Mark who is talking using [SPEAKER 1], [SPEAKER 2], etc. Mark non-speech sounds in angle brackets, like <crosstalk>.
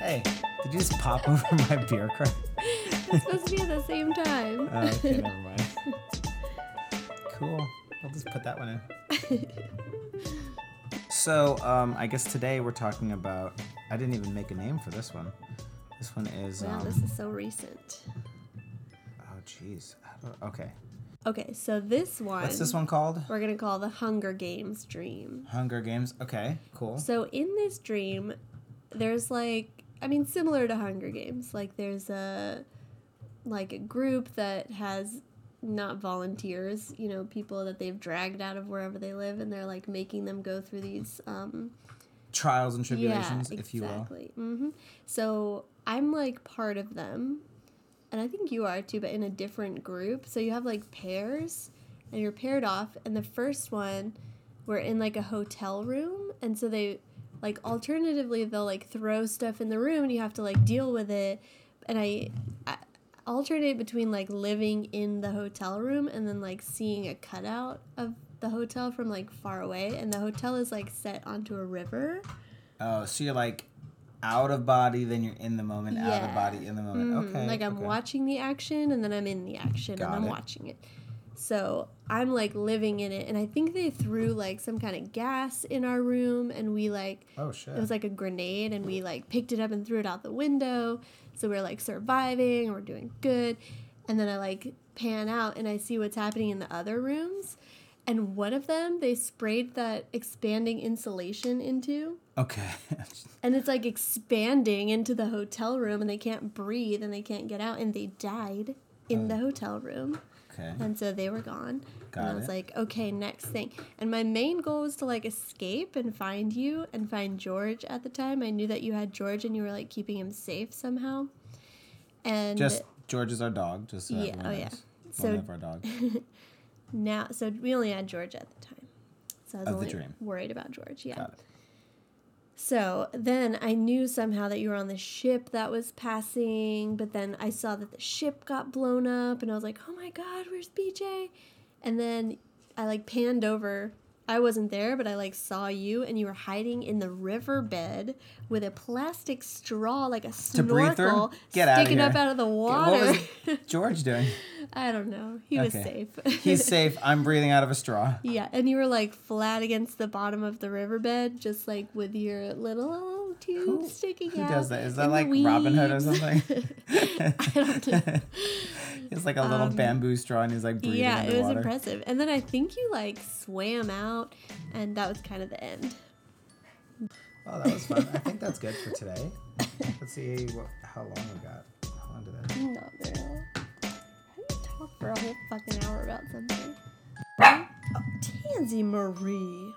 [SPEAKER 1] Hey, did you just pop <laughs> over my beer cart?
[SPEAKER 2] It's supposed to be at the same time.
[SPEAKER 1] Oh, okay, never mind. Cool. I'll just put that one in. so, um, I guess today we're talking about. I didn't even make a name for this one. This one is.
[SPEAKER 2] Wow,
[SPEAKER 1] Um,
[SPEAKER 2] this is so recent.
[SPEAKER 1] oh, jeez. I don't- Okay.
[SPEAKER 2] Okay, so this one,
[SPEAKER 1] What's this one called?
[SPEAKER 2] we're gonna call the Hunger Games dream.
[SPEAKER 1] Hunger Games. Okay, cool.
[SPEAKER 2] So in this dream, there's like I mean similar to Hunger Games, like there's a like a group that has not volunteers, you know, people that they've dragged out of wherever they live and they're like making them go through these um
[SPEAKER 1] Trials and tribulations,
[SPEAKER 2] yeah,
[SPEAKER 1] if you will.
[SPEAKER 2] exactly. hmm So I'm like part of them, and I think you are too, but in a different group. So you have like pairs, and you're paired off. And the first one, we're in like a hotel room, and so they, like, alternatively they'll like throw stuff in the room, and you have to like deal with it. And I, I alternate between like living in the hotel room and then like seeing a cutout of the hotel from like far away and the hotel is like set onto a river
[SPEAKER 1] Oh, so you're like out of body, then you're in the moment, out of
[SPEAKER 2] Yeah.
[SPEAKER 1] body, in the moment.
[SPEAKER 2] Mhm.
[SPEAKER 1] Okay.
[SPEAKER 2] Like I'm
[SPEAKER 1] okay.
[SPEAKER 2] watching the action and then I'm in the action
[SPEAKER 1] Got
[SPEAKER 2] and I'm
[SPEAKER 1] it.
[SPEAKER 2] watching it. So I'm like living in it and I think they threw like some kind of gas in our room and we like
[SPEAKER 1] Oh, shit.
[SPEAKER 2] it was like a grenade and we like picked it up and threw it out the window. So we're like surviving and we're doing good. And then I like pan out and I see what's happening in the other rooms. And one of them they sprayed that expanding insulation into
[SPEAKER 1] okay. <laughs>
[SPEAKER 2] and it's like expanding into the hotel room and they can't breathe and they can't get out and they died in the hotel room
[SPEAKER 1] okay.
[SPEAKER 2] and so they were gone and
[SPEAKER 1] Got
[SPEAKER 2] i was
[SPEAKER 1] it.
[SPEAKER 2] like okay next thing and my main goal was to like escape and find you and find george at the time i knew that you had george and you were like keeping him safe somehow and
[SPEAKER 1] Just George is our dog. Just so
[SPEAKER 2] Yeah,
[SPEAKER 1] everyone
[SPEAKER 2] oh, yeah.
[SPEAKER 1] knows.
[SPEAKER 2] So-
[SPEAKER 1] One of our
[SPEAKER 2] <laughs>
[SPEAKER 1] dogs.
[SPEAKER 2] now so we only had george at the time so i was
[SPEAKER 1] Of the
[SPEAKER 2] only
[SPEAKER 1] dream.
[SPEAKER 2] worried about george yeah
[SPEAKER 1] Got it.
[SPEAKER 2] So then I knew somehow that you were on the ship that was passing, but then I saw that the ship got blown up and I was like, oh my god, where's BJ? And then I like panned over. I wasn't there, but I like saw you and you were hiding in the riverbed with a plastic straw, like a
[SPEAKER 1] breathe through?
[SPEAKER 2] snorkel,
[SPEAKER 1] Get outta
[SPEAKER 2] sticking up
[SPEAKER 1] here.
[SPEAKER 2] out of the
[SPEAKER 1] Yeah,
[SPEAKER 2] water. <laughs>
[SPEAKER 1] What was George doing?
[SPEAKER 2] I don't know. He was
[SPEAKER 1] Okay.
[SPEAKER 2] safe. <laughs>
[SPEAKER 1] He's safe. I'm breathing out of a straw.
[SPEAKER 2] Yeah, and you were like flat against the bottom of the riverbed, just like with your little tube sticking
[SPEAKER 1] Who
[SPEAKER 2] out.
[SPEAKER 1] does that? Is that
[SPEAKER 2] in the
[SPEAKER 1] like Robin Hood or
[SPEAKER 2] weeds. <laughs>
[SPEAKER 1] something?
[SPEAKER 2] I don't know.
[SPEAKER 1] <laughs>
[SPEAKER 2] Um,
[SPEAKER 1] It's like a little bamboo straw, and he's like breathing
[SPEAKER 2] yeah, it
[SPEAKER 1] underwater.
[SPEAKER 2] was impressive. And then I think you like swam out, and that was kind of the end.
[SPEAKER 1] Oh, that was fun. I think that's good for
[SPEAKER 2] <laughs>
[SPEAKER 1] today. Let's see what, how long we got. How long did that?
[SPEAKER 2] Not very long. How do you talk for a whole fucking hour about something? Oh, Tansy Marie.